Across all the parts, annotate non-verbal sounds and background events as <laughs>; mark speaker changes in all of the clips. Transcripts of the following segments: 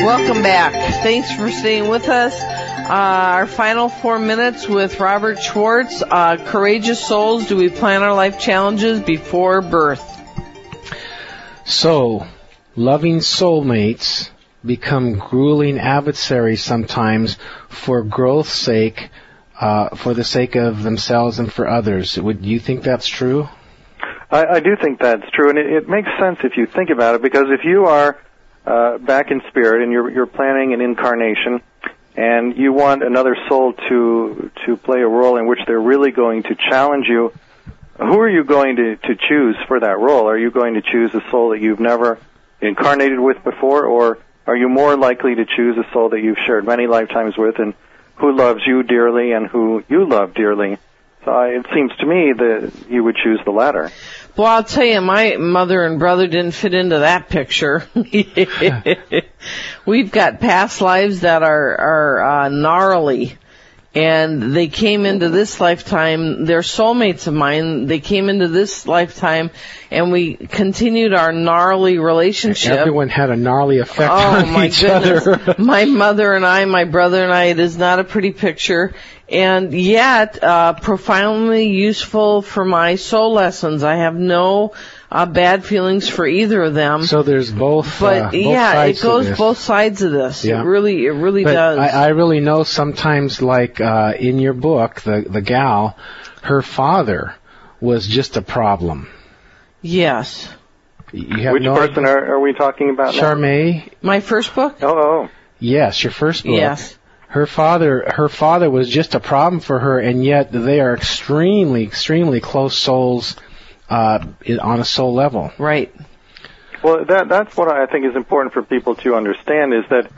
Speaker 1: Welcome back. Thanks for staying with us. Uh, our final four minutes with Robert Schwartz. Uh, courageous souls, do we plan our life challenges before birth?
Speaker 2: So, loving soulmates become grueling adversaries sometimes for growth's sake, uh, for the sake of themselves and for others. Would you think that's true?
Speaker 3: I, I do think that's true, and it, it makes sense if you think about it, because if you are uh, back in spirit and you're, you're planning an incarnation, and you want another soul to to play a role in which they're really going to challenge you, who are you going to, to choose for that role? Are you going to choose a soul that you've never incarnated with before, or are you more likely to choose a soul that you've shared many lifetimes with and who loves you dearly and who you love dearly? So I, it seems to me that you would choose the latter.
Speaker 1: Well, I'll tell you, my mother and brother didn't fit into that picture. <laughs> We've got past lives that are are uh, gnarly, and they came into this lifetime. They're soulmates of mine. They came into this lifetime, and we continued our gnarly relationship.
Speaker 2: Everyone had a gnarly effect
Speaker 1: Oh
Speaker 2: <laughs> on
Speaker 1: my
Speaker 2: each
Speaker 1: goodness.
Speaker 2: other. <laughs>
Speaker 1: my mother and I, my brother and I, it is not a pretty picture. And yet, uh, profoundly useful for my soul lessons. I have no uh, bad feelings for either of them.
Speaker 2: so there's both.
Speaker 1: but
Speaker 2: uh, both
Speaker 1: yeah,
Speaker 2: sides
Speaker 1: it
Speaker 2: to
Speaker 1: goes
Speaker 2: this.
Speaker 1: both sides of this.
Speaker 2: Yeah.
Speaker 1: It really, it really
Speaker 2: but
Speaker 1: does.
Speaker 2: I, I really know sometimes, like uh, in your book, the the gal, her father was just a problem.
Speaker 1: yes,
Speaker 2: You have
Speaker 3: which
Speaker 2: no
Speaker 3: person are, are we talking about? now?
Speaker 2: Charme?
Speaker 1: my first book.
Speaker 3: Oh, oh.
Speaker 2: Yes, your first book.
Speaker 1: Yes.
Speaker 2: Her father, her father was just a problem for her, and yet they are extremely, extremely close souls uh, i- on a soul level.
Speaker 1: Right.
Speaker 3: Well, that that's what I think is important for people to understand is that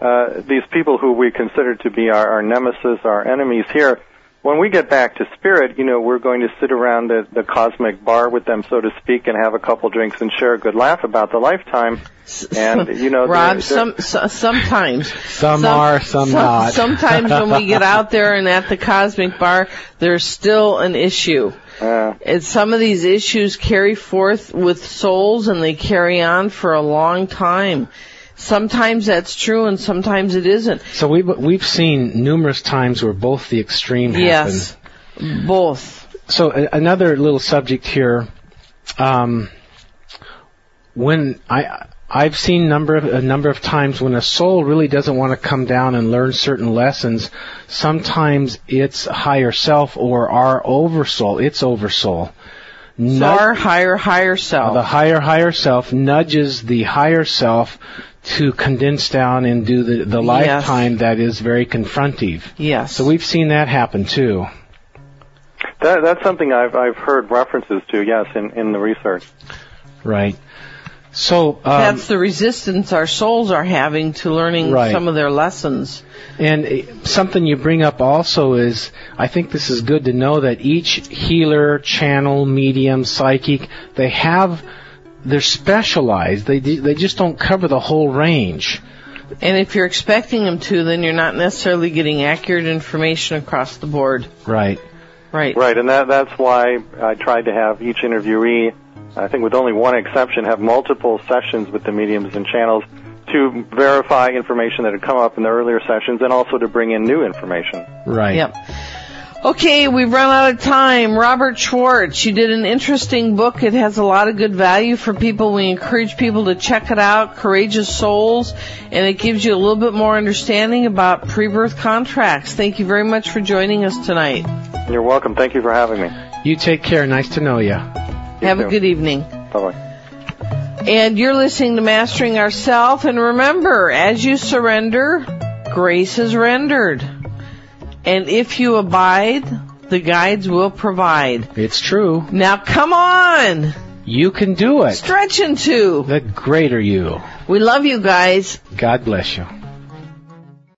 Speaker 3: uh, these people who we consider to be our, our nemesis, our enemies here, when we get back to spirit, you know, we're going to sit around the, the cosmic bar with them, so to speak, and have a couple drinks and share a good laugh about the lifetime.
Speaker 1: <laughs>
Speaker 3: And you know,
Speaker 1: Rob,
Speaker 3: they're-
Speaker 1: some so, sometimes
Speaker 2: Some are, some not.
Speaker 1: Sometimes when we get out there and at the cosmic bar, there's still an issue.
Speaker 3: uh,
Speaker 1: And some of these issues carry forth with souls and they carry on for a long time. Sometimes that's true and sometimes it isn't.
Speaker 2: So we've we've seen numerous times where both the extreme happen.
Speaker 1: Yes. Both.
Speaker 2: so a- another little subject here. Um, when I I've seen number of, a number of times when a soul really doesn't want to come down and learn certain lessons. Sometimes it's higher self or our oversoul. It's oversoul.
Speaker 1: So
Speaker 2: Nudge-
Speaker 1: our higher, higher
Speaker 2: the
Speaker 1: self.
Speaker 2: higher higher self nudges the higher self to condense down and do the, the lifetime that is very confrontive.
Speaker 1: Yes.
Speaker 2: So we've seen that happen too.
Speaker 3: that, that's something I've I've heard references to, yes, in in the research.
Speaker 2: Right. So um,
Speaker 1: that's the resistance our souls are having to learning
Speaker 2: Right.
Speaker 1: some of their lessons.
Speaker 2: And uh, something you bring up also is, I think this is good to know that each healer, channel, medium, psychic, they have, they're specialized. They they just don't cover the whole range.
Speaker 1: And if you're expecting them to, then you're not necessarily getting accurate information across the board.
Speaker 2: Right.
Speaker 1: Right.
Speaker 3: Right, and that that's why I tried to have each interviewee, I think with only one exception, have multiple sessions with the mediums and channels to verify information that had come up in the earlier sessions and also to bring in new information.
Speaker 2: Right.
Speaker 1: Yep. Okay, we've run out of time. Robert Schwartz, you did an interesting book. It has a lot of good value for people. We encourage people to check it out, Courageous Souls, and it gives you a little bit more understanding about pre-birth contracts. Thank you very much for joining us tonight.
Speaker 3: You're welcome. Thank you for having me.
Speaker 2: You take care. Nice to know you.
Speaker 1: Have a good evening.
Speaker 3: Bye bye.
Speaker 1: And you're listening to Mastering Ourself. And remember, as you surrender, grace is rendered. And if you abide, the guides will provide.
Speaker 2: It's true.
Speaker 1: Now come on!
Speaker 2: You can do it.
Speaker 1: Stretch into!
Speaker 2: The greater you.
Speaker 1: We love you guys.
Speaker 2: God bless you.